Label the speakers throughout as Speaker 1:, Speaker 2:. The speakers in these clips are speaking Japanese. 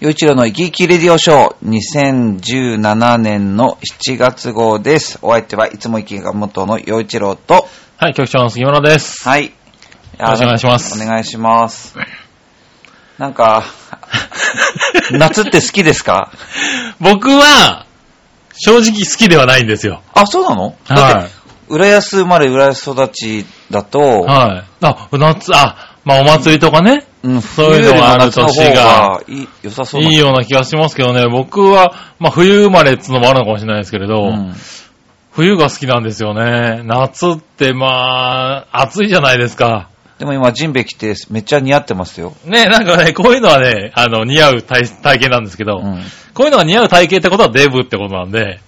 Speaker 1: 陽一郎の生き生きレディオショー2017年の7月号です。お相手はいつも生きが元の陽一郎と、
Speaker 2: はい、局長の杉村です。
Speaker 1: はい。よ
Speaker 2: よろしくお願いします
Speaker 1: お願いします。なんか、 夏って好きですか
Speaker 2: 僕は、正直好きではないんですよ。
Speaker 1: あ、そうなのだっ
Speaker 2: は
Speaker 1: て、浦安生まれ浦安育ちだと、
Speaker 2: い。はい。あ、夏、あ、まあお祭りとかね、
Speaker 1: うん、
Speaker 2: そういうのがある年が
Speaker 1: 冬よりも夏の方いい良さそうない
Speaker 2: いような気がしますけどね、僕は、まあ冬生まれっつうのもあるのかもしれないですけれど、
Speaker 1: うん
Speaker 2: 冬が好きなんですよね。夏ってまあ、暑いじゃないですか。
Speaker 1: でも今、ジンベ着てめっちゃ似合ってますよ。
Speaker 2: ね、なんかね、こういうのはね、あの、似合う体体型なんですけど、
Speaker 1: うん
Speaker 2: こういうのが似合う体型ってことはデブってことなんで、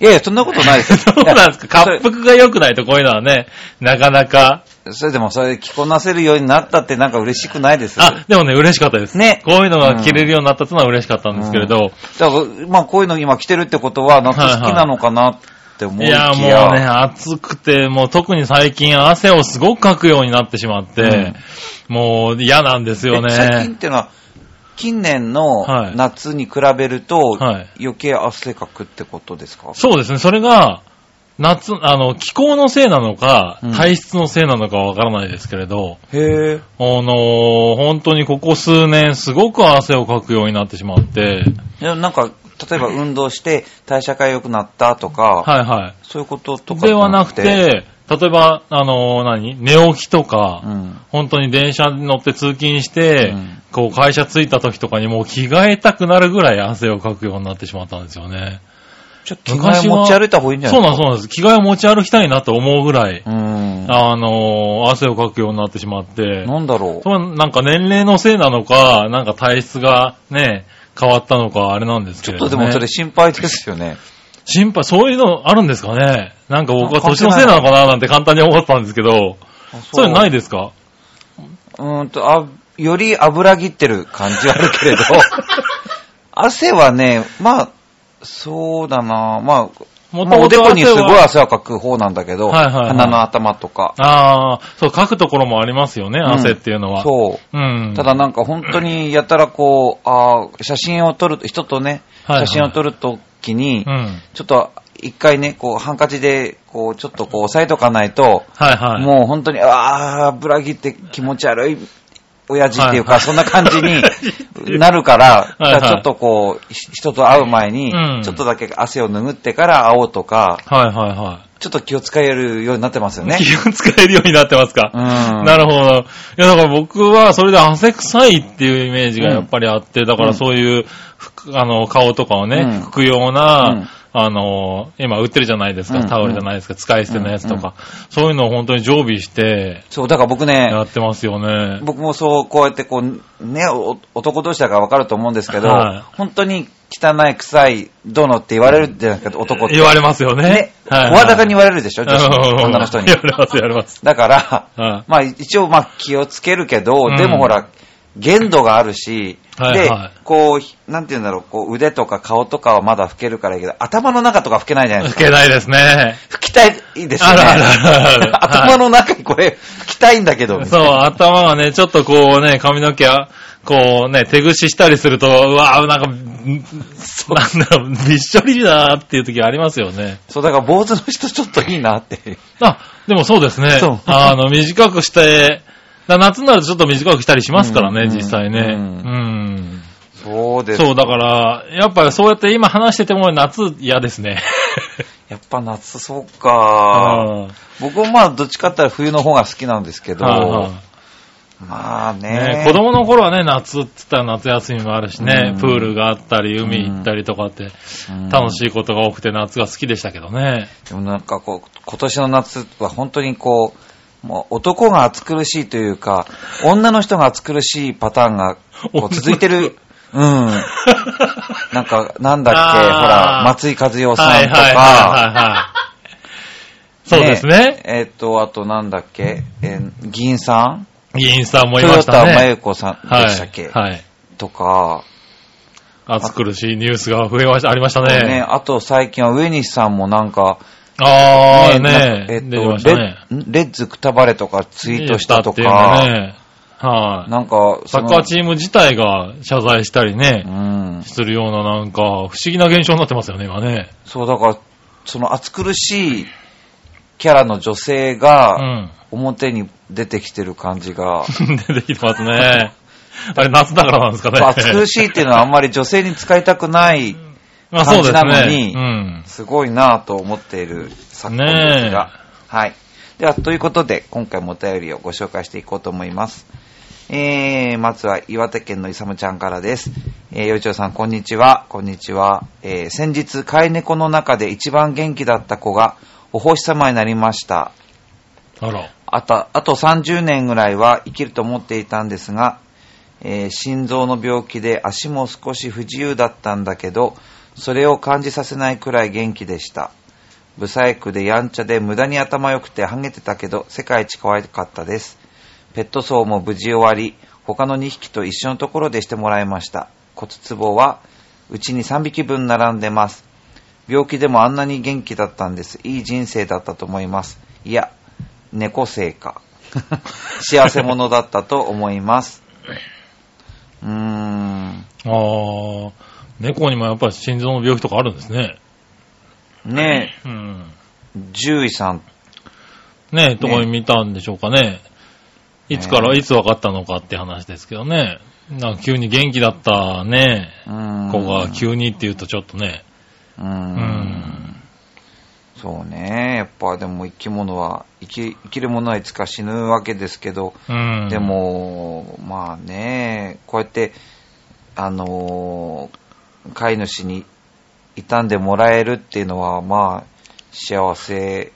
Speaker 1: いやいや、そんなことないですよ。
Speaker 2: そうなんです か、
Speaker 1: いや
Speaker 2: 滑腹が良くないとこういうのはね、なかなか
Speaker 1: それそれでも、それ着こなせるようになったってなんか嬉しくないです。
Speaker 2: あ、でもね、嬉しかったです。
Speaker 1: ね
Speaker 2: こういうのが着れるようになったってのは嬉しかったんですけれど、
Speaker 1: だから、まあこういうの今着てるってことは、夏好きなのかなって思い
Speaker 2: い
Speaker 1: きや。
Speaker 2: や、もうね、暑くて、もう特に最近汗をすごくかくようになってしまって、もう嫌なんですよ
Speaker 1: え最近っ
Speaker 2: ね。
Speaker 1: てのは、近年の
Speaker 2: はい
Speaker 1: 夏に比べると、
Speaker 2: はい
Speaker 1: 余計汗かくってことですか
Speaker 2: そうですね、それが、夏、あの、気候のせいなのか
Speaker 1: うん、
Speaker 2: 体質のせいなのかわからないですけれど、
Speaker 1: へえ。
Speaker 2: あのー本当にここ数年すごく汗をかくようになってしまって、
Speaker 1: でもなんか、例えば運動して代謝が良くなったとか、
Speaker 2: はいはい。
Speaker 1: そういうこととか
Speaker 2: ではなくて、、例えば、あのー何寝起きとか、
Speaker 1: うん。
Speaker 2: 本当に電車に乗って通勤して、
Speaker 1: うん
Speaker 2: こう会社着いた時とかにもう着替えたくなるぐらい汗をかくようになってしまったんですよね。
Speaker 1: ちょっと着替え持ち歩いた方がいいんじゃな
Speaker 2: そ
Speaker 1: いう
Speaker 2: なんそうなんです。着替えを持ち歩きたいなと思うぐらい、
Speaker 1: うん。
Speaker 2: あのー汗をかくようになってしまって、
Speaker 1: なんだろう。
Speaker 2: そうなんか年齢のせいなのか、なんか体質がね、変わったのか、あれなんです
Speaker 1: ちょ
Speaker 2: け
Speaker 1: っ
Speaker 2: れ
Speaker 1: と
Speaker 2: ど、ね。
Speaker 1: でもそれ心配ですよね。
Speaker 2: 心配、そういうのあるんですかねなんか僕は
Speaker 1: あ関係ない
Speaker 2: 年のせいなのかななんて簡単に思ったんですけど、そういうのないですか
Speaker 1: うーんと、あ、より油ぎってる感じはあるけれ ど、汗はね、まあ、そうだなまあ、
Speaker 2: も
Speaker 1: まあ、おでこにすごい
Speaker 2: い
Speaker 1: 汗はかく方なんだけど、
Speaker 2: はいはいはい
Speaker 1: 鼻の頭とか。
Speaker 2: ああ、そう、書くところもありますよね、
Speaker 1: ん
Speaker 2: 汗っていうのは。う。
Speaker 1: そう。
Speaker 2: ん。
Speaker 1: ただ、なんか本当にやたらこう、あー写真を撮る、人とね、
Speaker 2: はいは
Speaker 1: 写
Speaker 2: い
Speaker 1: 真を撮るときに
Speaker 2: う、ん。
Speaker 1: ちょっと一回ね、こうハンカチで、こうちょっとこう押さえとかないと、
Speaker 2: はいはい。
Speaker 1: もう本当に、ああ、油切って気持ち悪い、親父っていうか、
Speaker 2: はいはい
Speaker 1: そんな感じになるから、
Speaker 2: はいはい
Speaker 1: だからちょっとこう、ひ人と会う前に
Speaker 2: う、ん
Speaker 1: ちょっとだけ汗を拭ってから会おうとか、
Speaker 2: はいはいは
Speaker 1: ちょっと気を使えるようになってますよ
Speaker 2: い。
Speaker 1: ね。
Speaker 2: 気を使えるようになってま
Speaker 1: うん。
Speaker 2: すか。な
Speaker 1: な
Speaker 2: るほど。いや、だから僕はそれで汗臭いっていうイメージがやっぱりあって、だか
Speaker 1: うん
Speaker 2: らそういう服、あの、顔とかを
Speaker 1: うん
Speaker 2: ね、拭くような、あの、今売ってるじゃないです
Speaker 1: うん
Speaker 2: か、タオルじゃないですか、使い捨てのやつとか、そういうのを本当に常備して、
Speaker 1: そう、だから僕
Speaker 2: や
Speaker 1: ね、
Speaker 2: ってますよね。
Speaker 1: 僕もそう、こうやってこう、ね、お男同士だからわかると思うんですけど
Speaker 2: は、
Speaker 1: 本当に汚い、臭い、どのって言われるじゃないですか、男って。
Speaker 2: 言われますよね
Speaker 1: ね。、
Speaker 2: はいはい
Speaker 1: わだかに言われるでしょ、女子
Speaker 2: うん
Speaker 1: 女の人に
Speaker 2: 言。われます、言われます。
Speaker 1: だから、
Speaker 2: はい
Speaker 1: まあ一応まあ気をつけるけど、
Speaker 2: うん
Speaker 1: でもほら、限度があるし、
Speaker 2: はいはい
Speaker 1: で、こう、なんて言うんだろう、こう腕とか顔とかはまだ拭けるからいいけど、頭の中とか拭けないじゃないです
Speaker 2: 受
Speaker 1: か。
Speaker 2: けないですね。
Speaker 1: 拭きたいですよね。
Speaker 2: あるある あるある
Speaker 1: 頭の中にこれ拭きたいんだけど。みた
Speaker 2: そ、
Speaker 1: いうな
Speaker 2: 頭がね、ちょっとこうね、髪の毛は、こうね、手ぐししたりすると、うわぁ、なんか、んなんだろう、びっしょりだなっていう時ありますよね。
Speaker 1: そう、だから坊主の人ちょっといいなっていう。
Speaker 2: あ、でもそうですね
Speaker 1: そう。
Speaker 2: あの、短くして、だ夏になるとちょっと短くしたりしますから
Speaker 1: うん
Speaker 2: ね、実際ね。
Speaker 1: う
Speaker 2: うんん。
Speaker 1: そうです。
Speaker 2: そう、だから、やっぱりそうやって今話してても夏嫌ですね。
Speaker 1: やっぱ夏、そうか。
Speaker 2: うん
Speaker 1: 僕もまあどっちかって言ったら冬の方が好きなんですけど、
Speaker 2: はいはい
Speaker 1: まあね
Speaker 2: ね、子供の頃はね、夏って言ったら夏休みもあるしね
Speaker 1: うん、
Speaker 2: プールがあったり、海行ったりとかって、
Speaker 1: うん
Speaker 2: 楽しいことが多くて夏が好きでしたけどね。
Speaker 1: でもなんかこう、今年の夏は本当にこう、もう男が暑苦しいというか、女の人が暑苦しいパターンがこう続いてる。うん。なんか、なんだっけ、
Speaker 2: あー
Speaker 1: ほら、松井和代さ
Speaker 2: はいはい
Speaker 1: んと
Speaker 2: はい
Speaker 1: か、
Speaker 2: はいはい。そうですね。
Speaker 1: えっと、あとなんだっけ、えー議員さん
Speaker 2: 議員さんもいま
Speaker 1: 豊
Speaker 2: した
Speaker 1: 田真
Speaker 2: ね。
Speaker 1: 由子さん
Speaker 2: は
Speaker 1: でしたっけ、
Speaker 2: い。はい。
Speaker 1: とか、
Speaker 2: 暑苦しいニュースが増えました、ありました
Speaker 1: ね
Speaker 2: ね。
Speaker 1: あと最近は上西さんもなんか、
Speaker 2: あ
Speaker 1: な
Speaker 2: あ、
Speaker 1: ん
Speaker 2: ね
Speaker 1: かえ
Speaker 2: 出
Speaker 1: って
Speaker 2: まし
Speaker 1: と、
Speaker 2: た
Speaker 1: レ
Speaker 2: ね。
Speaker 1: ッんレッズくたばれとかツイートしたと
Speaker 2: ニュースだっ
Speaker 1: か、
Speaker 2: ていうのねはい。
Speaker 1: なんか、
Speaker 2: サ
Speaker 1: そ
Speaker 2: ッ
Speaker 1: の
Speaker 2: カーチーム自体が謝罪したりね
Speaker 1: う、んうん。
Speaker 2: するようななんか、不思議な現象になってますよね、今ね。
Speaker 1: そう、だから、その暑苦しいキャラの女性
Speaker 2: う
Speaker 1: が、
Speaker 2: ん。
Speaker 1: 表に出てきてる感じが、
Speaker 2: 出てきてますね。あれ、夏だからなんですかね。
Speaker 1: 暑苦しいっていうのはあんまり女性に使いたくない、
Speaker 2: まあそうですね。
Speaker 1: 感じなのに
Speaker 2: うん。
Speaker 1: すごいなぁと思っている昨今ですが。はい。では、ということで、今回もお便りをご紹介していこうと思います。えー、まずは岩手県のいさむちゃんからです。えー、よいちょうさん、こんにちは。こんにちは。えー、先日、飼い猫の中で一番元気だった子が、お星様になりました。
Speaker 2: あら。
Speaker 1: あと、あと30年ぐらいは生きると思っていたんですが、えー心臓の病気で足も少し不自由だったんだけど、それを感じさせないくらい元気でした。不細工でやんちゃで無駄に頭良くてハゲてたけど、世界一可愛かったです。ペット葬も無事終わり、他の2匹と一緒のところでしてもらいました。骨壺は、うちに3匹分並んでます。病気でもあんなに元気だったんです。いい人生だったと思います。いや、猫生か。幸せ者だったと思います。うーん。
Speaker 2: あー猫にもやっぱり心臓の病気とかあるんですね。
Speaker 1: ね
Speaker 2: うん。
Speaker 1: え、獣医さん。
Speaker 2: ねえ、とこに見たんでしょうかね。いつから、
Speaker 1: ね
Speaker 2: いつ分かったのかって話ですけどね。なんか急に元気だったね、
Speaker 1: うーん。
Speaker 2: 子が急にって言うとちょっとね。
Speaker 1: うー。
Speaker 2: うんん。
Speaker 1: そうね。やっぱでも生き物は、生き、生きるものはいつか死ぬわけですけど、
Speaker 2: うん。
Speaker 1: で、も、まあね、こうやって、あのー飼い主に傷んでもらえるっていうのは、まあ、幸せ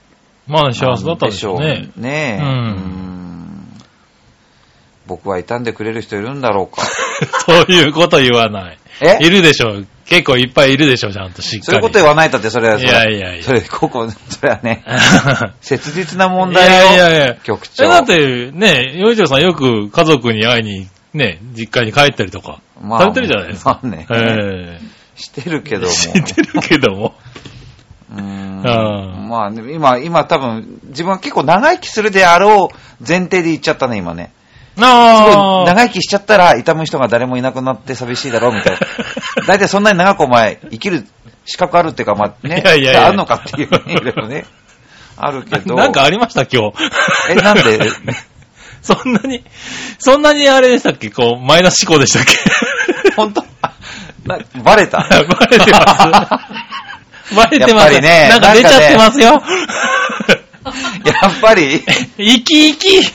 Speaker 2: まあね、幸せだったんでしょう
Speaker 1: なん
Speaker 2: ね
Speaker 1: でし。ょうねう
Speaker 2: う
Speaker 1: んん僕は傷んでくれる人いるんだろう か。
Speaker 2: そういうこと言わない。
Speaker 1: え
Speaker 2: いるでしょう。結構いっぱいいるでしょう、ちゃんとしっかり。
Speaker 1: そういうこと言わないだって、それは、それ
Speaker 2: いやいやいや
Speaker 1: それ、ここ、それは ね、切実な問
Speaker 2: いやい
Speaker 1: 題よ。
Speaker 2: やいや。
Speaker 1: 局長
Speaker 2: え、。だって、ね、洋一郎さんよく家族に会いに、ね、実家に帰ったりとか、
Speaker 1: まあ
Speaker 2: されてるじゃないですか。
Speaker 1: まあね
Speaker 2: え
Speaker 1: してるけ
Speaker 2: え
Speaker 1: ども。
Speaker 2: 知ってるけども。
Speaker 1: うーん
Speaker 2: うん
Speaker 1: まあ、ね、今、今多分、自分は結構長生きするであろう前提で言っちゃったね、今ね。すごい
Speaker 2: なあ。
Speaker 1: 長生きしちゃったら、痛む人が誰もいなくなって寂しいだろうみ たいな。大体そんなに長くお前、生きる資格あるっていうか、まあね、
Speaker 2: いやいやいや
Speaker 1: あるのかっていうね、いろいろね。あるけど。
Speaker 2: なんかありました、今日。
Speaker 1: え、なんで
Speaker 2: そんなに、そんなにあれでしたっけこう、マイナス思考でしたっけ
Speaker 1: 本当あなバレた。
Speaker 2: バレてます。バレて ます。
Speaker 1: やっぱりね
Speaker 2: なんか出ちゃってますよ。
Speaker 1: やっぱり、
Speaker 2: 生き生き。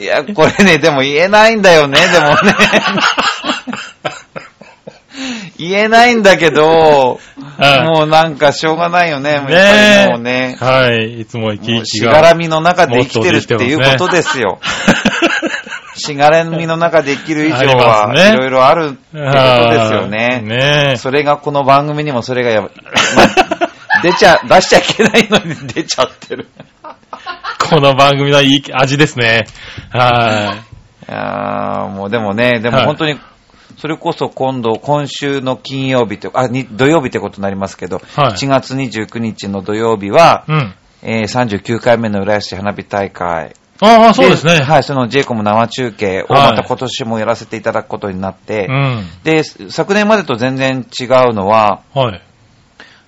Speaker 1: いや、これね、でも言えないんだよね、で もね。言えないんだけど、
Speaker 2: はい
Speaker 1: もうなんかしょうがないよね、もうやっぱり
Speaker 2: ね
Speaker 1: もうね。
Speaker 2: はい。いつも生き
Speaker 1: も
Speaker 2: 生
Speaker 1: う
Speaker 2: き
Speaker 1: し
Speaker 2: が。
Speaker 1: がらみの中で生きてるっていうことですよ。しがらみの中で生きる以上
Speaker 2: あ
Speaker 1: は、
Speaker 2: ります
Speaker 1: い
Speaker 2: ね
Speaker 1: ろいろあるってことですよね。
Speaker 2: ねえ。
Speaker 1: それがこの番組にもそれがやば、まあ出ちゃ、出しちゃいけないのに出ちゃって る。
Speaker 2: この番組のいい味ですね。はい
Speaker 1: やーもうでもね、でも
Speaker 2: はい
Speaker 1: 本当に、それこそ今度、今週の金曜日と、あ、に土曜日ってことになりますけど、
Speaker 2: はい
Speaker 1: 1月29日の土曜日は、
Speaker 2: い。うん。
Speaker 1: えー39回目の浦安市花火大会。
Speaker 2: ああ、そうですね。
Speaker 1: はい、その j イコム生中継を
Speaker 2: はい
Speaker 1: また今年もやらせていただくことになって、
Speaker 2: うん。
Speaker 1: で、昨年までと全然違うのは、
Speaker 2: はい。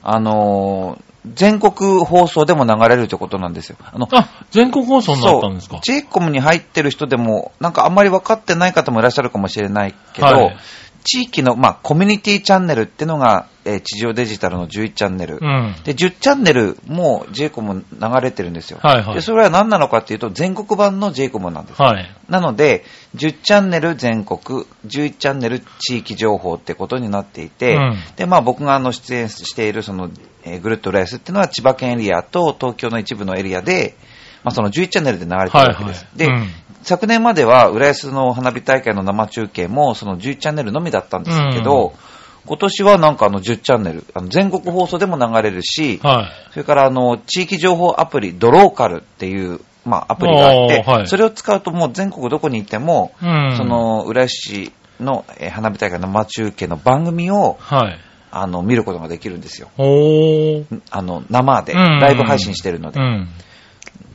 Speaker 1: あのー全国放送でも流れるってことなんですよ。あの、
Speaker 2: あ、全国放送になったんですか
Speaker 1: そう j イコムに入ってる人でも、なんかあんまり分かってない方もいらっしゃるかもしれないけど、
Speaker 2: はい
Speaker 1: 地域の、まあ、コミュニティチャンネルってのが、えー地上デジタルの11チャンネル。
Speaker 2: うん。
Speaker 1: で、10チャンネルも j イコム流れてるんですよ。
Speaker 2: はいはい
Speaker 1: で、それは何なのかっていうと、全国版の j イコムなんです。
Speaker 2: はい。
Speaker 1: なので、10チャンネル全国、11チャンネル地域情報ってことになっていて、
Speaker 2: うん
Speaker 1: で、まあ僕があの出演しているその、えーグルートレースっていうのは千葉県エリアと東京の一部のエリアで、まあその11チャンネルで流れてるわけです。
Speaker 2: はいはいうん
Speaker 1: で、昨年までは浦安の花火大会の生中継もその11チャンネルのみだったんですけど、今年はなんかあの10チャンネル、あの全国放送でも流れるし、
Speaker 2: は
Speaker 1: それから、あの、地域情報アプリ、ドローカルっていう、まあ、アプリがあって、
Speaker 2: おーはい
Speaker 1: それを使うともう全国どこにいても、
Speaker 2: い。うん。
Speaker 1: そ、の、浦安市のえー花火大会の生中継の番組を、
Speaker 2: はい。
Speaker 1: あの、見ることができるんですよ。
Speaker 2: おー。
Speaker 1: んあの、生で、
Speaker 2: うん
Speaker 1: ライブ配信してるので
Speaker 2: う。ん。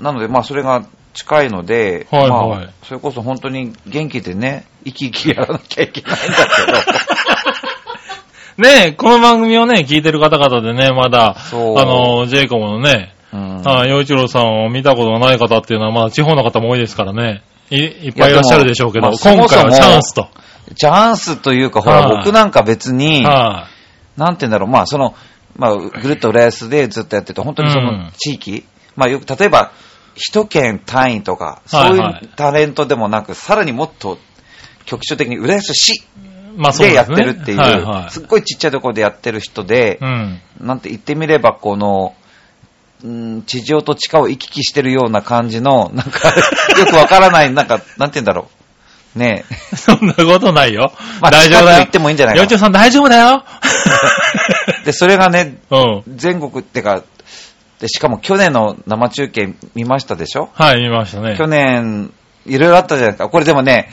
Speaker 1: なので、まあ、それが近いので、
Speaker 2: はいはい
Speaker 1: まあ、それこそ本当に元気でね、生き生きやらなきゃいけないんだけど、
Speaker 2: ねえ、この番組をね、聞いてる方々でね、まだ、あ
Speaker 1: そう
Speaker 2: の、ジェイコムのね、
Speaker 1: うん
Speaker 2: はい、洋一郎さんを見たことがない方っていうのは、まあ、地方の方も多いですからね。いいっぱいいらっしゃるでしょうけど、
Speaker 1: いやでもま
Speaker 2: 今
Speaker 1: あ
Speaker 2: 回はチ
Speaker 1: そもそも
Speaker 2: ャンスと。
Speaker 1: チャンスというか、ほ
Speaker 2: は
Speaker 1: ら、
Speaker 2: い
Speaker 1: 僕なんか別に、
Speaker 2: は
Speaker 1: なんて言うんだろう、まあ、その、まあ、ぐるっと浦安でずっとやってて、本当にそ
Speaker 2: うん
Speaker 1: の地域、まあ、よく、例えば、一県単位とか、
Speaker 2: は
Speaker 1: そ
Speaker 2: いう
Speaker 1: い
Speaker 2: はいう
Speaker 1: タレントでもなく、さらにもっと、局所的に浦安市
Speaker 2: い。まあ、そう
Speaker 1: で
Speaker 2: で
Speaker 1: やっ
Speaker 2: す
Speaker 1: て
Speaker 2: ね。
Speaker 1: るっていう、
Speaker 2: はいは
Speaker 1: すっごいちっちゃいところでやってる人で
Speaker 2: い。う、ん。
Speaker 1: なんて言ってみれば、この、うん地上と地下を行き来してるような感じの、なんか、よくわからない、なんか、なんて言うんだろう。ねえ。
Speaker 2: そんなことないよ。
Speaker 1: まあ
Speaker 2: 大丈夫
Speaker 1: 近く
Speaker 2: だよ。
Speaker 1: に行ってもいいんじゃないかな
Speaker 2: 洋一郎さん大丈夫だ よ。
Speaker 1: で、それがね、
Speaker 2: うん。
Speaker 1: 全国ってか、で、しかも去年の生中継見ましたでしょ、
Speaker 2: はい、見ましたね。
Speaker 1: 去年、いろいろあったじゃないですか。これでも ね、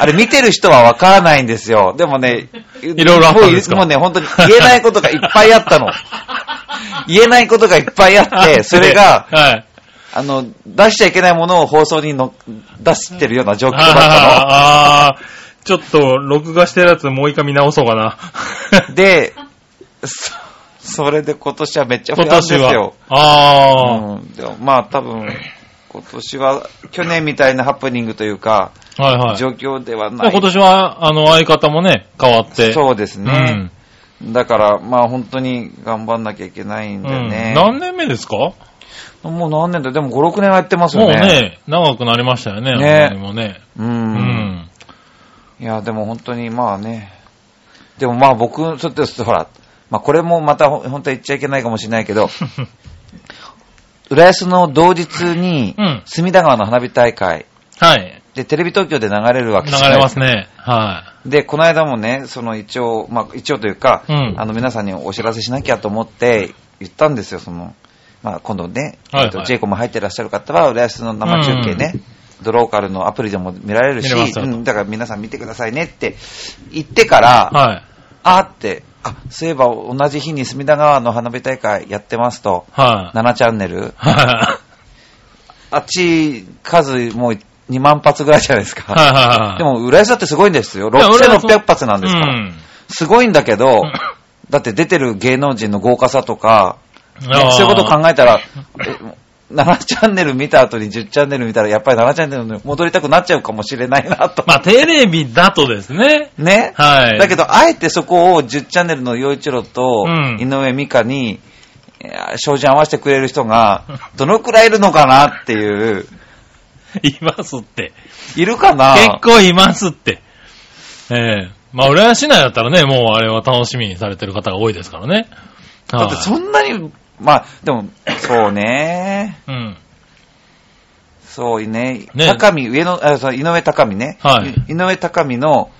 Speaker 1: あれ見てる人はわからないんですよ。でもね、い
Speaker 2: ろいろあったんですか
Speaker 1: もうね、本当に言えないことがいっぱいあ ったの。言えないことがいっぱいあって、それが、
Speaker 2: はい。
Speaker 1: あの、出しちゃいけないものを放送にの出してるような状況だった
Speaker 2: ああー、ちょっと、録画してるやつもう一回見直そうかな。
Speaker 1: の。で、そそれで今年はめっちゃ不
Speaker 2: 今
Speaker 1: 安で
Speaker 2: 年
Speaker 1: すよ
Speaker 2: は。。ああ、
Speaker 1: うん、でもまあ多分、今年は去年みたいなハプニングというか、
Speaker 2: はいはい。
Speaker 1: 状況では
Speaker 2: ま
Speaker 1: な
Speaker 2: あ
Speaker 1: い。
Speaker 2: 今年は、あの、相方もね、変わって。
Speaker 1: そうです
Speaker 2: う
Speaker 1: ね。だから、まあ本当に頑張んなきゃいけないん
Speaker 2: ん。
Speaker 1: だよね。
Speaker 2: うん何年目ですかも
Speaker 1: もう何年だでも5、6年はやってます
Speaker 2: う
Speaker 1: よね。
Speaker 2: ね、長くなりましたよね、
Speaker 1: ね
Speaker 2: あの辺もね。
Speaker 1: う。
Speaker 2: うんん。
Speaker 1: いや、でも本当にまあね。でもまあ僕、ちょっとほら、まあこれもまたほ本当は言っちゃいけないかもしれないけど、浦安の同日に
Speaker 2: うん、
Speaker 1: 隅田川の花火大会、
Speaker 2: はい。
Speaker 1: で、テレビ東京で流れるわけ
Speaker 2: 流
Speaker 1: じゃない
Speaker 2: れますね。は
Speaker 1: で、この間もね、その一応、まあ一応というか、
Speaker 2: うん
Speaker 1: あの皆さんにお知らせしなきゃと思って言ったんですよ、その、まあ今度ね、
Speaker 2: はいはい
Speaker 1: えっとジェイコも入ってらっしゃる方は、浦安の生中継ね、ドローカルのアプリでも見られるし、
Speaker 2: 見れますよと
Speaker 1: うんだから皆さん見てくださいねって言ってか
Speaker 2: い。
Speaker 1: ら、
Speaker 2: はい。
Speaker 1: あーって、あ、そういえば同じ日に隅田川の花火大会やってますと、
Speaker 2: はい。
Speaker 1: 7チャンネル、
Speaker 2: はい。
Speaker 1: あっち数もう2万発ぐらいじゃないですか。
Speaker 2: はい。
Speaker 1: で、も浦安だってすごいんですよ。6600発なんですから。
Speaker 2: うん。
Speaker 1: すごいんだけど
Speaker 2: うん、
Speaker 1: だって出てる芸能人の豪華さとか、ね
Speaker 2: あー
Speaker 1: そういうことを考えたら、え7チャンネル見た後に10チャンネル見たら、やっぱり7チャンネルに戻りたくなっちゃうかもしれないなと。
Speaker 2: まあ、テレビだとですね。
Speaker 1: ね、
Speaker 2: はい。
Speaker 1: だけど、あえてそこを10チャンネルの洋一郎と
Speaker 2: うん
Speaker 1: 井上美香に、いや照準合わせてくれる人が、どのくらいいるのかなっていう、
Speaker 2: いますって。
Speaker 1: いるかな
Speaker 2: 結構いますって。ええまあ、浦安市内だったらね、もうあれは楽しみにされてる方が多いですからね。
Speaker 1: だってそんなに、まあ、でも、そうね。
Speaker 2: はいうん。
Speaker 1: そうね。
Speaker 2: ね
Speaker 1: 高見、上の、あ、そう、井上高見ね。
Speaker 2: はい
Speaker 1: い井上高見の、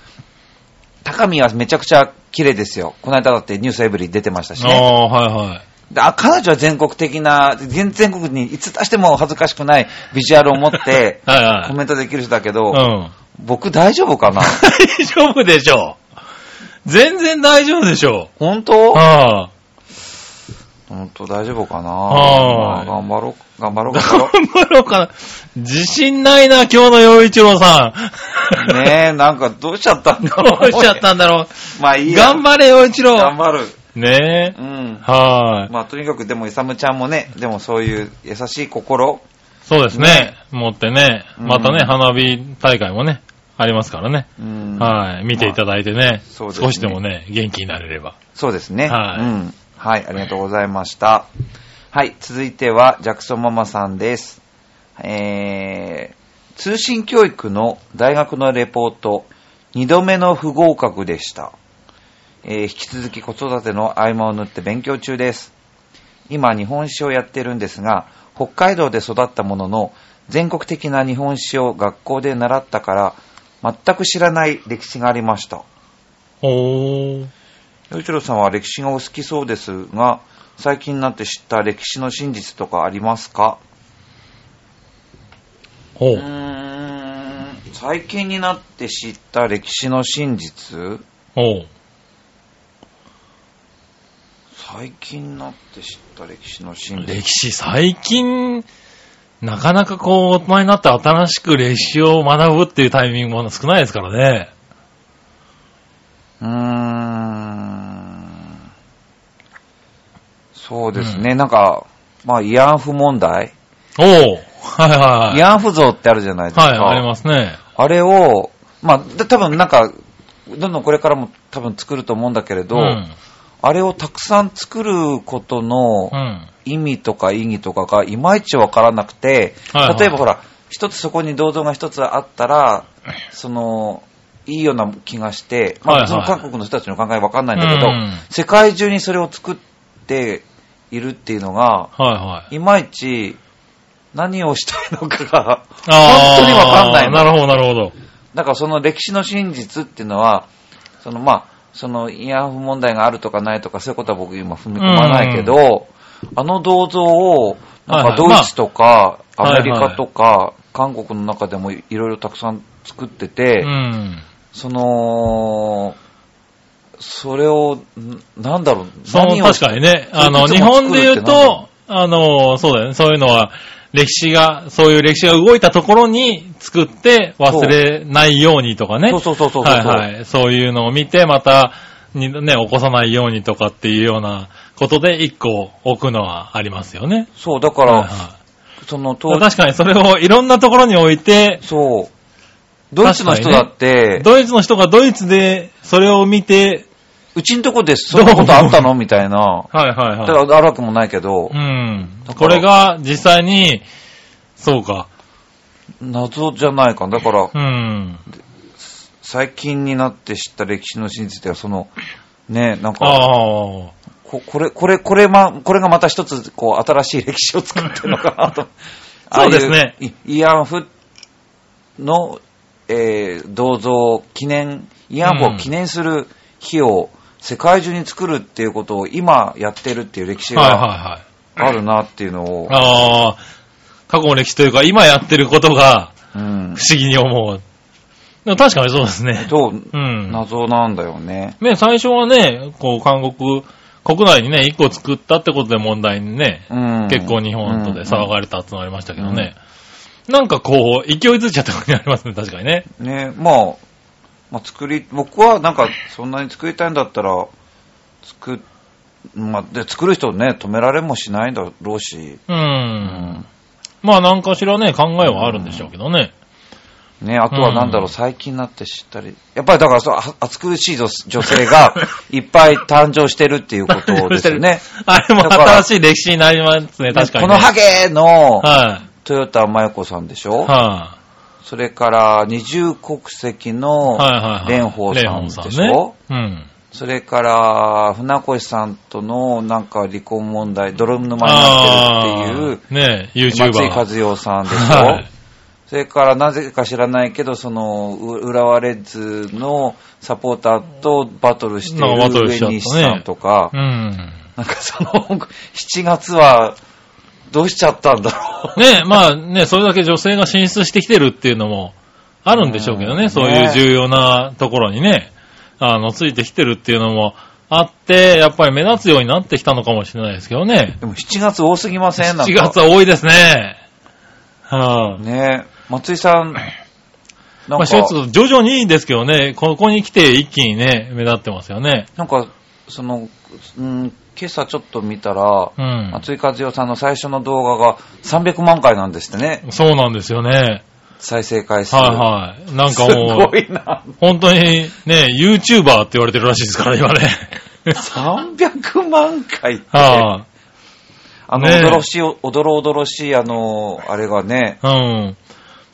Speaker 1: 高見はめちゃくちゃ綺麗ですよ。この間だってニュースエブリィ出てましたし
Speaker 2: あ
Speaker 1: ね。
Speaker 2: あ、はいはい。
Speaker 1: であ彼女は全国的な、全全国にいつ出しても恥ずかしくないビジュアルを持って、
Speaker 2: はい はい。
Speaker 1: コメントできる人だけど、
Speaker 2: うん。
Speaker 1: 僕大丈夫か な
Speaker 2: 大丈夫でしょう。全然大丈夫でしょ
Speaker 1: 本
Speaker 2: う。
Speaker 1: 当
Speaker 2: あ
Speaker 1: 本当大丈夫かな
Speaker 2: は
Speaker 1: ま
Speaker 2: い
Speaker 1: あ頑張ろう、頑張ろう、
Speaker 2: あ。頑
Speaker 1: 頑張 ろ
Speaker 2: 張ろうかな。自信ないな、今日の洋一郎さん。
Speaker 1: う。ねえ、なんかどうしちゃったんだろう。
Speaker 2: どうしちゃったんだろう。
Speaker 1: まあいいや。
Speaker 2: 頑張れ、洋一
Speaker 1: 頑
Speaker 2: 郎。
Speaker 1: 張る。
Speaker 2: ね
Speaker 1: う
Speaker 2: え。
Speaker 1: ん。
Speaker 2: はい。
Speaker 1: まあ、とにかく、でも、イサムちゃんもね、でもそういう優しい心、
Speaker 2: そうですね。持ってね。
Speaker 1: うん
Speaker 2: またね、花火大会もね、ありますからね。
Speaker 1: うん
Speaker 2: はい。見ていただいてね。
Speaker 1: そうですね
Speaker 2: 少しでもね、元気になれれば。
Speaker 1: そうですね。
Speaker 2: はい
Speaker 1: うん。はい、ありがとうございました。はい、続いては、ジャクソンママさんです。えー、通信教育の大学のレポート、2度目の不合格でした。えー、引き続き子育ての合間を縫って勉強中です。今、日本史をやってるんですが、北海道で育ったものの、全国的な日本史を学校で習ったから、全く知らない歴史がありました。
Speaker 2: おー。
Speaker 1: 与一郎さんは歴史がお好きそうですが、最近になって知った歴史の真実とかありますか
Speaker 2: ほ
Speaker 1: う
Speaker 2: う。
Speaker 1: ーん、最近になって知った歴史の真実
Speaker 2: ほう。
Speaker 1: 最近になって知った歴史の真
Speaker 2: 歴
Speaker 1: 実。
Speaker 2: 史、最近、なかなかこう、大人になって新しく歴史を学ぶっていうタイミングも少ないですからね。
Speaker 1: うーん。そうですね。なんか、まあ、慰安婦問題。
Speaker 2: おおはいはいはい。
Speaker 1: 慰安婦像ってあるじゃないですか。
Speaker 2: はい、ありますね。
Speaker 1: あれを、まあ、で多分なんか、どんどんこれからも多分作ると思うんだけれど、
Speaker 2: うん。
Speaker 1: あれをたくさん作ることの
Speaker 2: うん。
Speaker 1: 意味とか意義とかがいまいちわからなくて、
Speaker 2: はいはい
Speaker 1: 例えばほら、一つそこに銅像が一つあったら、その、いいような気がして、まあ、
Speaker 2: はいはい
Speaker 1: その韓国の人たちの考えわかんないんだけど、
Speaker 2: うん
Speaker 1: 世界中にそれを作っているっていうのが、
Speaker 2: はいはい。
Speaker 1: いまいち何をしたいのかが、
Speaker 2: あー
Speaker 1: 本当にわかんないの
Speaker 2: なるほど、なるほど。
Speaker 1: だからその歴史の真実っていうのは、そのまあ、その慰安婦問題があるとかないとかそういうことは僕今踏み込まないけど、あの銅像を、なんか
Speaker 2: はいはい
Speaker 1: ドイツとか、
Speaker 2: まあ
Speaker 1: アメリカとか、韓国の中でもいろいろたくさん作ってて、
Speaker 2: うん。
Speaker 1: その、それを、んなんだろう、
Speaker 2: その、
Speaker 1: を
Speaker 2: 確かにね。あの、
Speaker 1: そういう
Speaker 2: 日
Speaker 1: ことを
Speaker 2: 本で言う
Speaker 1: 作るってなん
Speaker 2: と、あの、そうだよね。そういうのは、歴史が、そういう歴史が動いたところに作って忘れないようにとかね。
Speaker 1: そうそうそうそうそう
Speaker 2: はいはい。そういうのを見て、また、にね、起こさないようにとかっていうようなことで一個置くのはありますよね。
Speaker 1: そう、だから、
Speaker 2: はいはい
Speaker 1: その当時、
Speaker 2: 確かにそれをいろんなところに置いて、
Speaker 1: そう、ドイツの人だって、
Speaker 2: ドイツの人がドイツでそれを見て、
Speaker 1: うちんとこでそんなことあったのみたいな。
Speaker 2: はいはい
Speaker 1: だ
Speaker 2: はい。
Speaker 1: からあるわけもないけど
Speaker 2: う、ん
Speaker 1: だ。か
Speaker 2: こ
Speaker 1: ら
Speaker 2: れが実際に、そうか。
Speaker 1: 謎じゃないかな。だから、
Speaker 2: うん。
Speaker 1: 最近になって知った歴史の真実では、その、ね、なんか、
Speaker 2: ああ。
Speaker 1: ここれ、これ、これま、これがまた一つ、こう、新しい歴史を作ってるのかなと。
Speaker 2: そうですね
Speaker 1: ああいう。い慰安婦の、えー銅像、記念、慰安婦を記念する日を世界中に作るっていうことを今やってるっていう歴史
Speaker 2: はいはい
Speaker 1: が
Speaker 2: はい。
Speaker 1: あるなっていうのを、
Speaker 2: ああ。過去の歴史というか、今やってることが
Speaker 1: うん
Speaker 2: 不。思議に思う。でも確かにそうですね。
Speaker 1: と、
Speaker 2: うん。
Speaker 1: 謎なんだよね。
Speaker 2: ね、最初はね、こう、韓国、国内にね、一個作ったってことで問題にね、
Speaker 1: うん、
Speaker 2: 結構日本とで騒
Speaker 1: が
Speaker 2: がれたってのありましたけどね。なんかこう、勢いづいちゃった感じありますね、確かにね。
Speaker 1: る。ね、まあ、まあ、作り、僕はなんか、そんなに作りたいんだったら、作っ、まあ、で、作る人ね、止められもしないんだろうし、
Speaker 2: う。
Speaker 1: うんん。
Speaker 2: まあ、なんかしらね、考えはあるんでしょうけどね。
Speaker 1: ね、あとはなんだろ
Speaker 2: う
Speaker 1: う、
Speaker 2: ん
Speaker 1: 最近になって知ったり、やっぱりだからそう、あ暑苦しい女女性 がいっぱい誕生してるっていうことですよね。
Speaker 2: あれも
Speaker 1: だから
Speaker 2: 新しい歴史になりますね、確かに、
Speaker 1: こ
Speaker 2: ね。
Speaker 1: のハゲの
Speaker 2: はい。
Speaker 1: 豊田真由子さんでしょ、
Speaker 2: は
Speaker 1: それから二重国籍
Speaker 2: い。
Speaker 1: の
Speaker 2: はいはいはい。
Speaker 1: 蓮舫さんでしょ、
Speaker 2: 蓮舫ね。うん。
Speaker 1: それから、船越さんとのなんか離婚問題、泥沼になってるっていう、
Speaker 2: あーねえ、
Speaker 1: 松井和
Speaker 2: YouTuber。
Speaker 1: 代さんでしょ、
Speaker 2: はい
Speaker 1: それからなぜか知らないけど、その、う浦和レッズのサポーターとバトルしてい
Speaker 2: なんかバト
Speaker 1: る
Speaker 2: ルしちゃ
Speaker 1: 上
Speaker 2: ったね
Speaker 1: 西さんとか、
Speaker 2: うん。
Speaker 1: なんかその、7月 はどうしちゃったんだろう。
Speaker 2: ねえ、まあね、それだけ女性が進出してきてるっていうのもあるんでしょうけど
Speaker 1: うん
Speaker 2: ね、そういう
Speaker 1: ね
Speaker 2: 重要なところにね、あの、ついてきてるっていうのもあって、やっぱり目立つようになってきたのかもしれないですけどね。
Speaker 1: でも7月多すぎませんなんか
Speaker 2: 7月は多いですね。はい、
Speaker 1: ね松井さん、な
Speaker 2: まあ、
Speaker 1: ん
Speaker 2: 手
Speaker 1: か、
Speaker 2: 術、徐々にいいですけどね、ここに来て一気にね、目立ってますよね。
Speaker 1: なんか、その、うん、今朝ちょっと見たら、
Speaker 2: うん。
Speaker 1: 松井和代さんの最初の動画が300万回なんですってね、
Speaker 2: そうなんですよね。
Speaker 1: 再生回数。
Speaker 2: はいはい。なんか
Speaker 1: す
Speaker 2: も
Speaker 1: ごいな。
Speaker 2: う、本当にね、YouTuber って言われてるらしいですから、今ね。
Speaker 1: 300万回って、あ、
Speaker 2: は
Speaker 1: の、
Speaker 2: ねえ
Speaker 1: 驚ろしい、おどろおどろしい、あの、あれがね、
Speaker 2: い。うん。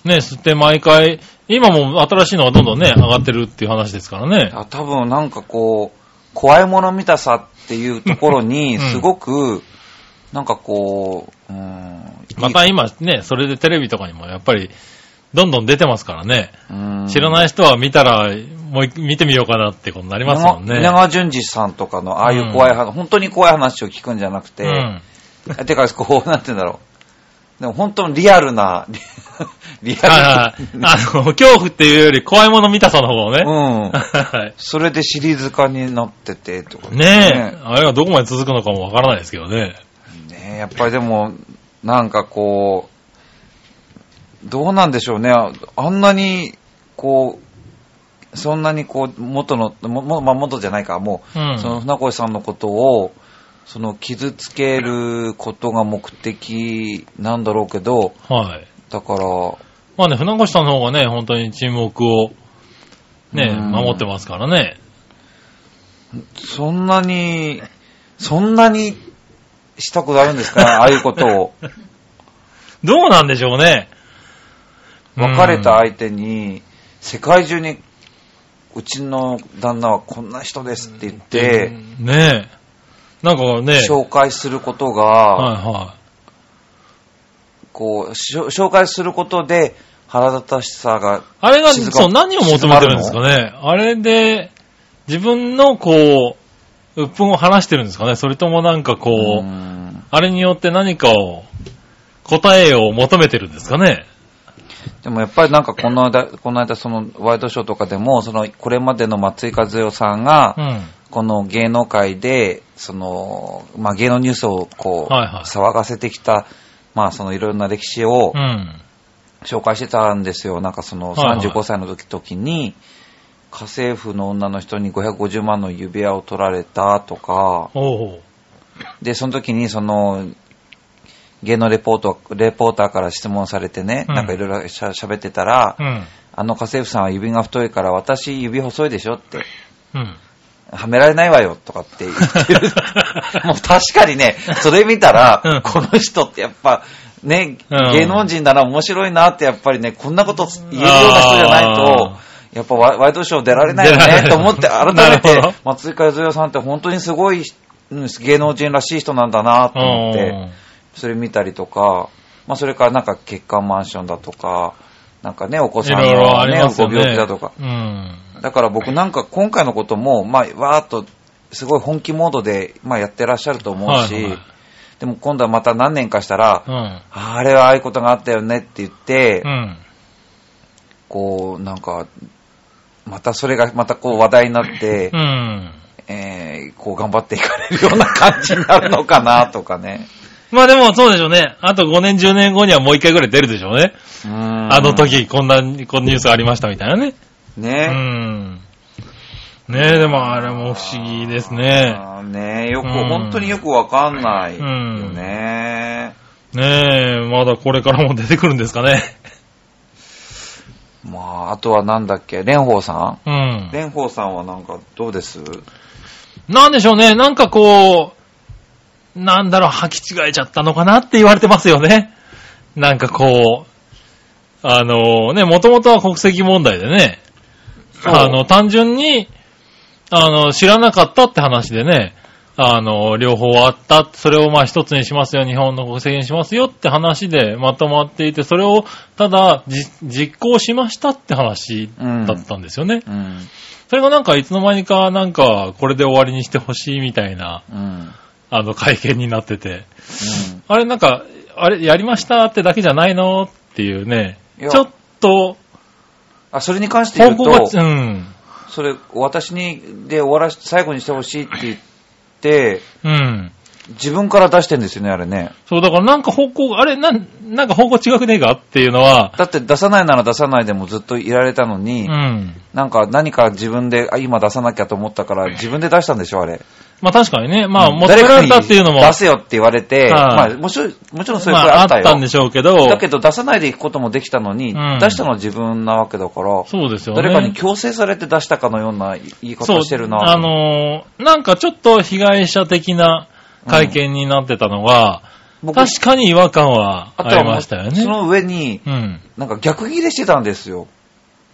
Speaker 2: ね、吸って毎回、今も新しいのがどんどんね、上がってるっていう話ですからね。
Speaker 1: あ多分なんかこう、怖いもの見たさっていうところに、
Speaker 2: うん
Speaker 1: すごく、なんかこう、うん、
Speaker 2: また今ね、それでテレビとかにもやっぱり、どんどん出てますからね。知ら
Speaker 1: い
Speaker 2: ない人は見たら、もう一見てみようかなってことになりますもんね。
Speaker 1: 稲川淳二さんとかの、ああいう怖い話、本当に怖い話を聞くんじゃなくて、
Speaker 2: うん。
Speaker 1: えてか、こう、なんて言うんだろう。でも本当にリアルな、 リリア
Speaker 2: あ
Speaker 1: ル
Speaker 2: あ、の、恐怖っていうより怖いもの見たさの方を
Speaker 1: な。
Speaker 2: ね。
Speaker 1: うん。
Speaker 2: はい
Speaker 1: それでシリーズ化になってて、とか
Speaker 2: ねえ、あれがどこまで続くのかもわからないですけどね。
Speaker 1: ねえ。ねえやっぱりでも、なんかこう、どうなんでしょうね。ああんなに、こう、そんなにこう、元の、も、もまあ、元じゃないか、もう、
Speaker 2: うん
Speaker 1: その船越さんのことを、その、傷つけることが目的なんだろうけど、
Speaker 2: はい。
Speaker 1: だから、
Speaker 2: まあね、船越さんの方がね、本当に沈黙を、ね、
Speaker 1: うん
Speaker 2: 守ってますからね。
Speaker 1: そんなに、そんなにしたことあるんですかね、 ああいうことを。
Speaker 2: どうなんでしょうね。
Speaker 1: 別れた
Speaker 2: うん
Speaker 1: 相手に、世界中に、うちの旦那はこんな人ですって言って、
Speaker 2: ねえ。なんかね、
Speaker 1: 紹介すること
Speaker 2: はい
Speaker 1: が、
Speaker 2: は
Speaker 1: こう、しょ紹介することで腹立たしさが、
Speaker 2: い。あれが、
Speaker 1: 静か
Speaker 2: そう、何を求めてるんですかね。あれで、自分のこう、鬱憤を話してるんですかね。それともなんかこう、
Speaker 1: うん
Speaker 2: あれによって何かを、答えを求めてるんですかね。
Speaker 1: でもやっぱりなんかこの間、この間そのワイドショーとかでも、そのこれまでの松井和代さんが、
Speaker 2: うん。
Speaker 1: この芸能界で、その、まあ、芸能ニュースをこう、
Speaker 2: はいはい
Speaker 1: 騒がせてきた、まあ、そのいろんな歴史を
Speaker 2: うん。
Speaker 1: 紹介してたんですよ。なんかその
Speaker 2: はいはい
Speaker 1: 35歳の時時に、家政婦の女の人に550万の指輪を取られたとか、
Speaker 2: おう。
Speaker 1: で、その時にその、芸能レポート、レポーターから質問されてね、
Speaker 2: うん
Speaker 1: なんかいろいろしゃ喋ってたら、
Speaker 2: うん。
Speaker 1: あの家政婦さんは指が太いから私指細いでしょって、
Speaker 2: うん。
Speaker 1: はめられないわよとかって言ってる。 もう確かにね、それ見たら、
Speaker 2: うん
Speaker 1: この人ってやっぱ、ね、
Speaker 2: うん
Speaker 1: 芸能人なら面白いなってやっぱりね、こんなこと言えるような人じゃないと
Speaker 2: あ、
Speaker 1: やっぱワイワイドショー出られないよ
Speaker 2: 出られな
Speaker 1: ね
Speaker 2: い
Speaker 1: と思って、改め
Speaker 2: なるほ
Speaker 1: て
Speaker 2: ど、
Speaker 1: 松井和代さんって本当にすごいうん芸能人らしい人なんだなと思って、それ見たりとか、まあそれからなんか血管マンションだとか、なんかね、お子
Speaker 2: うんい
Speaker 1: さん
Speaker 2: ろいろ
Speaker 1: の
Speaker 2: あり
Speaker 1: ね、
Speaker 2: ます
Speaker 1: ご
Speaker 2: よね。
Speaker 1: 病気だとか。
Speaker 2: うん。
Speaker 1: だから僕なんか今回のことも、まあ、わーっと、すごい本気モードで、まあ、やってらっしゃると思うし、
Speaker 2: はいはい
Speaker 1: でも今度はまた何年かしたら、
Speaker 2: う
Speaker 1: あ
Speaker 2: ん。
Speaker 1: ーあれはああいうことがあったよねって言って、
Speaker 2: うん。
Speaker 1: こう、なんか、またそれがまたこう話題になって
Speaker 2: う、ん。
Speaker 1: えー、こう頑張っていかれるような感じになるのかなとかね。
Speaker 2: まあでもそうでしょうね。あと5年、10年後にはもう一回ぐらい出るでしょうね。
Speaker 1: あ
Speaker 2: あの。時、こんな、こんなニュースありましたみたいなね。う
Speaker 1: ね。
Speaker 2: ん。ねえ、でもあれも不思議ですね。
Speaker 1: あーねよく、
Speaker 2: うん
Speaker 1: 本当によくわかんないよね。
Speaker 2: ねえ、まだこれからも出てくるんですかね。
Speaker 1: まあ、あとはなんだっけ、蓮舫さん
Speaker 2: うん。
Speaker 1: 蓮舫さんはなんかどうです
Speaker 2: なんでしょうね、なんかこう、なんだろう、履き違えちゃったのかなって言われてますよね。なんかこう、あのね、もともとは国籍問題でね、
Speaker 1: そう
Speaker 2: あの、単純に、あの、知らなかったって話でね、あの、両方あった、それをまあ一つにしますよ、日本の国籍にしますよって話でまとまっていて、それをただじ実行しましたって話だったんですよね。
Speaker 1: うん。
Speaker 2: それがなんかいつの間にかなんかこれで終わりにしてほしいみたいな
Speaker 1: うん。
Speaker 2: あの会見になってて、あれなんか、あれやりましたってだけじゃないのっていうね、
Speaker 1: い
Speaker 2: ち
Speaker 1: や
Speaker 2: ょっと
Speaker 1: あ、それに関して言
Speaker 2: 方
Speaker 1: う
Speaker 2: 向
Speaker 1: と、
Speaker 2: が、うん、
Speaker 1: それ、私に、で終わらし、最後にしてほしいって言って、
Speaker 2: うん。
Speaker 1: 自分から出してんですよね、あれね。
Speaker 2: そう、だからなんか方向、あれなん、なんか方向違くねえかっていうのは、
Speaker 1: だって出さないなら出さないでもずっといられたの
Speaker 2: う
Speaker 1: に、
Speaker 2: ん。
Speaker 1: なんか何か自分で、あ、今出さなきゃと思ったから、自分で出したんでしょ、あれ。
Speaker 2: まあ確かにね、まあ
Speaker 1: うん
Speaker 2: 求められたっていうのも、
Speaker 1: 誰かに出せよって言われて、ま
Speaker 2: は
Speaker 1: あ、
Speaker 2: い
Speaker 1: もちろん、もちろんそれ
Speaker 2: ま
Speaker 1: それあ
Speaker 2: ああ
Speaker 1: っ
Speaker 2: った
Speaker 1: よ。
Speaker 2: たんでしょうけど、
Speaker 1: だけど出さないでいくこともできたのに、
Speaker 2: うん
Speaker 1: 出したのは自分なわけだから、
Speaker 2: そうですよね。
Speaker 1: 誰かに強制されて出したかのような言い方してるな。
Speaker 2: あのーなんかちょっと被害者的な会見になってたのが、
Speaker 1: 僕
Speaker 2: 確かに違和感はありましたよね。
Speaker 1: その上に、
Speaker 2: うん。
Speaker 1: なんか逆ギレしてたんですよ。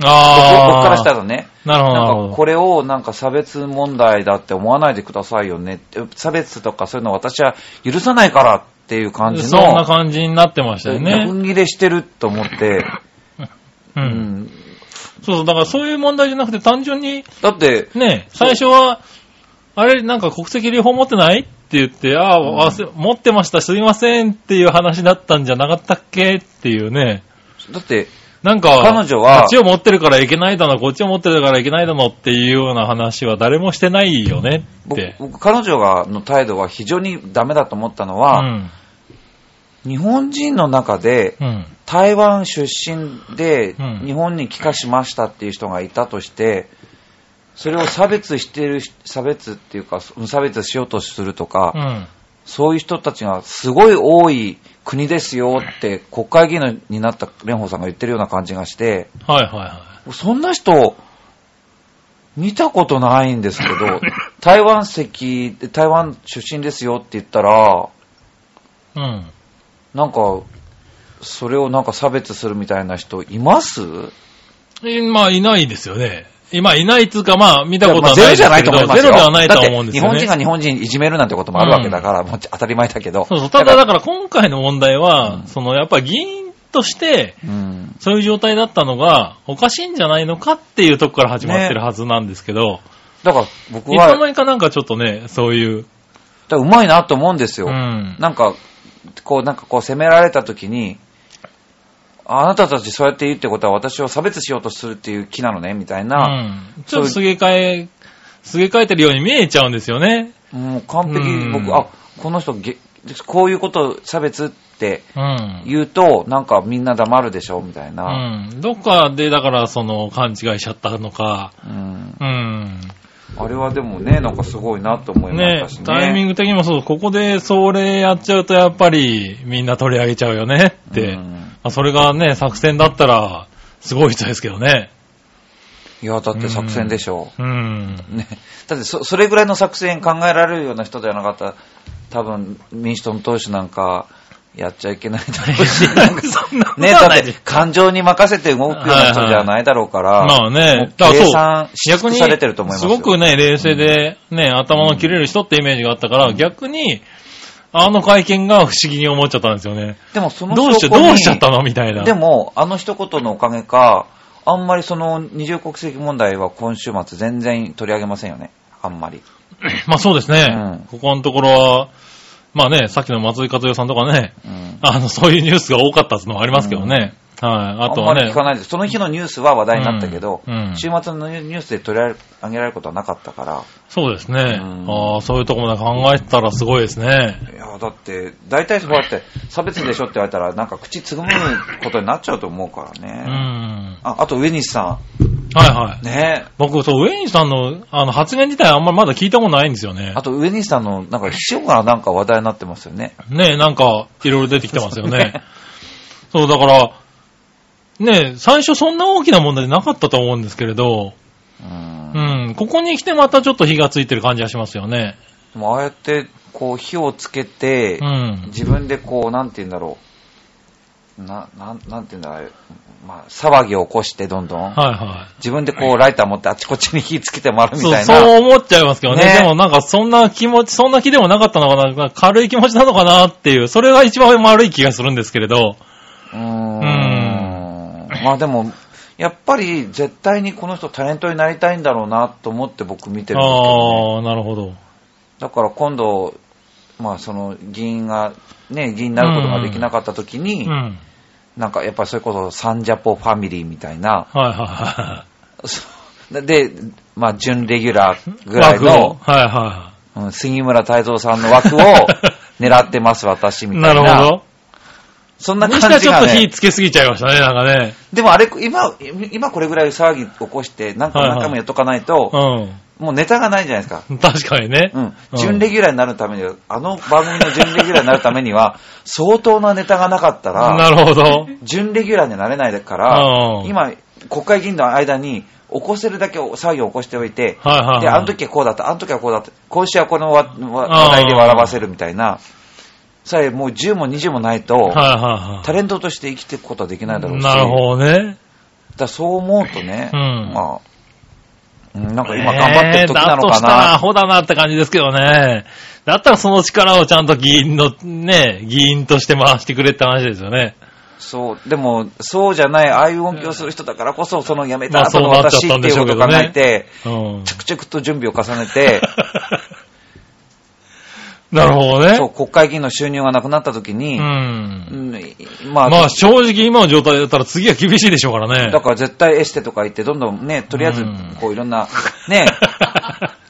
Speaker 2: ああ。
Speaker 1: 僕からしたらね。
Speaker 2: なるほど、なる
Speaker 1: なん
Speaker 2: ほ
Speaker 1: か
Speaker 2: ど。
Speaker 1: これをなんか差別問題だって思わないでくださいよねって、差別とかそういうの私は許さないからっていう感じ
Speaker 2: そんな
Speaker 1: の、
Speaker 2: 感じになってましたよね。
Speaker 1: 逆ギレしてると思って、
Speaker 2: う。
Speaker 1: うんん
Speaker 2: そうそう、だからそういう問題じゃなくて単純に、
Speaker 1: だって、
Speaker 2: ね、最初は、あれ、なんか国籍両方持ってないって言って、あ
Speaker 1: うん
Speaker 2: あ、忘れ持ってました、すいませんっていう話だったんじゃなかったっけっていうね。
Speaker 1: だって、
Speaker 2: なんか、
Speaker 1: 彼女は
Speaker 2: こっちを持ってるからいけないだの、こっちを持ってるからいけないだのっていうような話は誰もしてないよねっ
Speaker 1: 僕
Speaker 2: て。
Speaker 1: 僕彼女がの態度は非常にダメだと思ったの
Speaker 2: う
Speaker 1: は、
Speaker 2: ん。
Speaker 1: 日本人の中で、
Speaker 2: うん。
Speaker 1: 台湾出身で
Speaker 2: うん
Speaker 1: 日本に帰化しましたっていう人がいたとして、それを差別してる、差別っていうか、無差別しようとするとか、
Speaker 2: うん。
Speaker 1: そういう人たちがすごい多い国ですよって国会議員になった蓮舫さんが言ってるような感じがして、
Speaker 2: はいはいは
Speaker 1: そんな人、見たことないんですけ ど、台湾籍、台湾出身ですよって言ったら、
Speaker 2: い。うん。
Speaker 1: なんか、それをなんか差別するみたいな人います
Speaker 2: えまあ、いないですよね。今、いないっつうか、まあ、見
Speaker 1: い
Speaker 2: た
Speaker 1: や
Speaker 2: こと
Speaker 1: まあ
Speaker 2: は
Speaker 1: ゼ
Speaker 2: な
Speaker 1: ロ
Speaker 2: い
Speaker 1: じ
Speaker 2: で
Speaker 1: ゃ
Speaker 2: す
Speaker 1: な
Speaker 2: け
Speaker 1: いと
Speaker 2: ど、
Speaker 1: 思います
Speaker 2: ゼ
Speaker 1: よ。
Speaker 2: ロではないとは思うん
Speaker 1: だっ
Speaker 2: で
Speaker 1: て
Speaker 2: す
Speaker 1: 日
Speaker 2: よ
Speaker 1: 本
Speaker 2: ね。
Speaker 1: 人が日本人いじめるなんてこともあるわけだから、もう当たり前だけど。
Speaker 2: そうそう。ただ、だから今回の問題は、
Speaker 1: うん
Speaker 2: その、やっぱ議員として、
Speaker 1: うん。
Speaker 2: そういう状態だったのが、おかしいんじゃないのかっていうとこから始まってるはずなんですけど、
Speaker 1: だから僕
Speaker 2: いつの
Speaker 1: は、
Speaker 2: 間にかなんかちょっとね、そういう、
Speaker 1: うまいなと思うんですよ。
Speaker 2: うん。
Speaker 1: なんか、こう、なんかこう、責められた時に、あなたたちそうやって言うってことは私を差別しようとするっていう気なのね、みたいな。
Speaker 2: うん。ちょっとすげ替え、すげ替えてるように見えちゃうんですよね。
Speaker 1: もう完璧に僕、
Speaker 2: うん
Speaker 1: あ、この人げ、こういうこと差別って
Speaker 2: うん。
Speaker 1: 言うと、なんかみんな黙るでしょ、みたいな。
Speaker 2: うん。どっかで、だから、その、勘違いしちゃったのか、
Speaker 1: うん。
Speaker 2: うん。
Speaker 1: あれはでもね、なんかすごいなと思いまし
Speaker 2: ね
Speaker 1: たしね。
Speaker 2: タイミング的にもそう、ここでそれやっちゃうとやっぱりみんな取り上げちゃうよねって。
Speaker 1: うん
Speaker 2: まあそれがね、作戦だったら、すごい人ですけどね。
Speaker 1: いや、だって作戦でしょ。
Speaker 2: うん。
Speaker 1: ね、だってそそれぐらいの作戦考えられるような人ではなかったら多分民主党の党首なんかやっちゃいけないだろう しなんか
Speaker 2: そんなこと
Speaker 1: ね
Speaker 2: は
Speaker 1: だ
Speaker 2: ない
Speaker 1: って感情に任せて動くような人じゃないだろうから、
Speaker 2: まあ
Speaker 1: も
Speaker 2: ね
Speaker 1: う、
Speaker 2: だから
Speaker 1: 計
Speaker 2: そう
Speaker 1: 算し尽くされてると思います
Speaker 2: す
Speaker 1: よ
Speaker 2: ごくね、冷静で、ね、頭の切れる人ってイメージがあったから、逆に、あの会見が不思議に思っちゃったんですよね。
Speaker 1: でもその
Speaker 2: どうして、
Speaker 1: 証拠に
Speaker 2: どうしちゃったのみたいな。
Speaker 1: でもあの一言のおかげかあんまりその二重国籍問題は今週末全然取り上げませんよねあんまり
Speaker 2: まあそうですね。
Speaker 1: うん
Speaker 2: ここのところは、まあね、さっきの松井和代さんとかね、
Speaker 1: うん
Speaker 2: あの、そういうニュースが多かったっていうのはありますけどね。はい。あとは
Speaker 1: んまり
Speaker 2: ね
Speaker 1: 聞。かないです。その日のニュースは話題になったけど、
Speaker 2: うんうん
Speaker 1: 週末のニュースで取り上げられることはなかったから、
Speaker 2: そうですね。
Speaker 1: うん
Speaker 2: ああ、そういうとこまで考えてたらすごいですね。
Speaker 1: いや、だって、大体そうやって、差別でしょって言われたら、なんか口つぐむことになっちゃうと思うから
Speaker 2: う
Speaker 1: ね。
Speaker 2: ん。は
Speaker 1: ああと、上西さ
Speaker 2: いはい
Speaker 1: ん。。ね
Speaker 2: 僕、そう、ウェインさんの、あの、発言自体あんまりまだ聞いたことないんですよね
Speaker 1: あ。と、上西さんの、なんか、秘書がなんか話題になってますよね。
Speaker 2: ねえ、なんか、いろいろ出てきてますよね。 そう、だから、ねえ、最初そんな大きな問題なかったと思うんですけれど、
Speaker 1: う。
Speaker 2: うんん、ここに来てまたちょっと火がついてる感じがしますよね。
Speaker 1: でも、ああやって、こう、火をつけて
Speaker 2: う、ん。
Speaker 1: 自分でこう、なんて言うんだろう。な、なん、なんて言うんだろうあれ。まあ、騒ぎを起こして、どんどん。
Speaker 2: はいは
Speaker 1: 自分でこう、ライター持って、あっちこっちに火つけて回
Speaker 2: い。
Speaker 1: るみ
Speaker 2: そう、
Speaker 1: たい
Speaker 2: そう
Speaker 1: な。
Speaker 2: 思っちゃいますけどね。
Speaker 1: ね
Speaker 2: でもなんかそんな気持ち、そんな気でもなかったのかな、なんか軽い気持ちなのかなっていう、それが一番悪い気がするんですけれど。
Speaker 1: うーん。まあ、でも、やっぱり、絶対にこの人タレントになりたいんだろうなと思って僕見てるんですけどね、
Speaker 2: ああ、なるほど。
Speaker 1: だから今度、まあその議員が、ね、議員になることができなかった時
Speaker 2: う
Speaker 1: に、
Speaker 2: ん。はい
Speaker 1: なんかやっぱりそれこそサンジャポファミリーみたいな、
Speaker 2: はいは
Speaker 1: そうで、まあ準レギュラー
Speaker 2: い。
Speaker 1: ぐらい
Speaker 2: 枠を
Speaker 1: の、
Speaker 2: はいは
Speaker 1: うん杉村太蔵さんの枠を狙ってます私
Speaker 2: い。
Speaker 1: みた
Speaker 2: ない
Speaker 1: な。
Speaker 2: るほど。
Speaker 1: そんな
Speaker 2: にしては
Speaker 1: 感じ
Speaker 2: ちょっ
Speaker 1: が
Speaker 2: と火
Speaker 1: ね。
Speaker 2: つけすぎちゃいましたね、なんかね。
Speaker 1: でもあれ、今、今これぐらい騒ぎ起こして、なんか
Speaker 2: はいはい
Speaker 1: 何回もやっとかないと、
Speaker 2: う
Speaker 1: もうネタがないじゃないですか。
Speaker 2: ん。確かにね。
Speaker 1: うん。準レギュラーになるためには、あの番組の準レギュラーになるために は、相当なネタがなかったら、
Speaker 2: なるほど。
Speaker 1: 準レギュラーにはなれないから
Speaker 2: う、ん
Speaker 1: 今、国会議員の間に、起こせるだけ騒ぎを起こしておいて、
Speaker 2: はいはいはい
Speaker 1: で、あの時はこうだった、あの時はこうだった、今週はこのわわ話題で笑わせるみたいな、さえもう10も20もないと、
Speaker 2: はいはいはい。
Speaker 1: タレントとして生きていくことはできないだろうし、
Speaker 2: なるほどね。
Speaker 1: だからそう思うとね、
Speaker 2: うん
Speaker 1: まあ、うんなんか今頑張ってる時なの
Speaker 2: えーだと
Speaker 1: か
Speaker 2: したらア
Speaker 1: な、
Speaker 2: ホだなって感じですけどね。だったらその力をちゃんと議員の、ね、議員として回してくれって話ですよね。
Speaker 1: そう、でも、そうじゃない、ああいう音響する人だからこそ、その辞めた
Speaker 2: まあ
Speaker 1: 後の
Speaker 2: そうなっちゃっ
Speaker 1: 私
Speaker 2: た
Speaker 1: っ
Speaker 2: ん
Speaker 1: て
Speaker 2: で
Speaker 1: い
Speaker 2: しょ
Speaker 1: う
Speaker 2: う
Speaker 1: こ
Speaker 2: け
Speaker 1: と
Speaker 2: ど
Speaker 1: 考
Speaker 2: ね
Speaker 1: えて、
Speaker 2: うん。
Speaker 1: 着々と準備を重ね て、
Speaker 2: なるほどね。
Speaker 1: そう、国会議員の収入がなくなった時
Speaker 2: う
Speaker 1: に、
Speaker 2: ん。
Speaker 1: うんまあ、
Speaker 2: まあ正直今の状態だったら次は厳しいでしょうからね。
Speaker 1: だから絶対エステとか行って、どんどんね、とりあえず
Speaker 2: うん、
Speaker 1: こういろんな、 ね、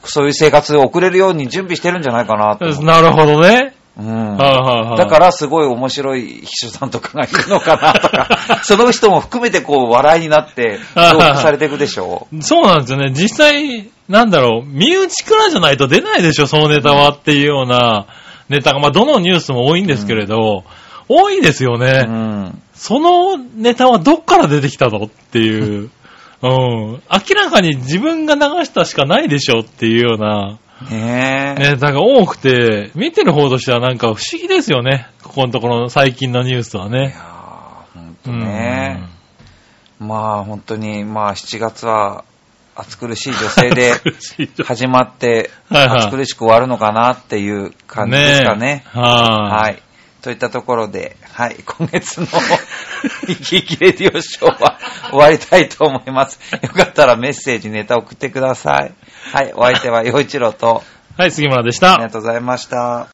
Speaker 1: そういう生活を送れるように準備してるんじゃないかなと思う。
Speaker 2: なるほどね。
Speaker 1: うん。
Speaker 2: はいはいはい。
Speaker 1: だからすごい面白い秘書さんとかがいるのかなと か、その人も含めてこう笑いになって、評価されていくでしょ
Speaker 2: そうなんですよね。実際、なんだろう、身内からじゃないと出ないでしょ、そのネタはっていうようなネタが、まあ、どのニュースも多いんですけれど、多いですよ
Speaker 1: う。う
Speaker 2: ね、
Speaker 1: ん。
Speaker 2: そのネタはどっから出てきたのっていう。うん。明らかに自分が流したしかないでしょっていうような
Speaker 1: ねえ。
Speaker 2: ネタが多くて、見てる方としてはなんか不思議ですよね。ここのところの最近のニュースはいね。
Speaker 1: やーほんとね。まあ本当に、まあ7月は暑苦しい女性で
Speaker 2: 苦しい状況
Speaker 1: 始まって、
Speaker 2: はいはい
Speaker 1: 暑苦しく終わるのかなっていう感じですかね
Speaker 2: え。はい
Speaker 1: はい。といったところで、はい、今月の 生き生きレディオショーは終わりたいと思います。よかったらメッセージ、ネタ送ってください。はい、お相手は陽一郎と、
Speaker 2: はい、杉村でし
Speaker 1: あ
Speaker 2: た
Speaker 1: り。がとうございました。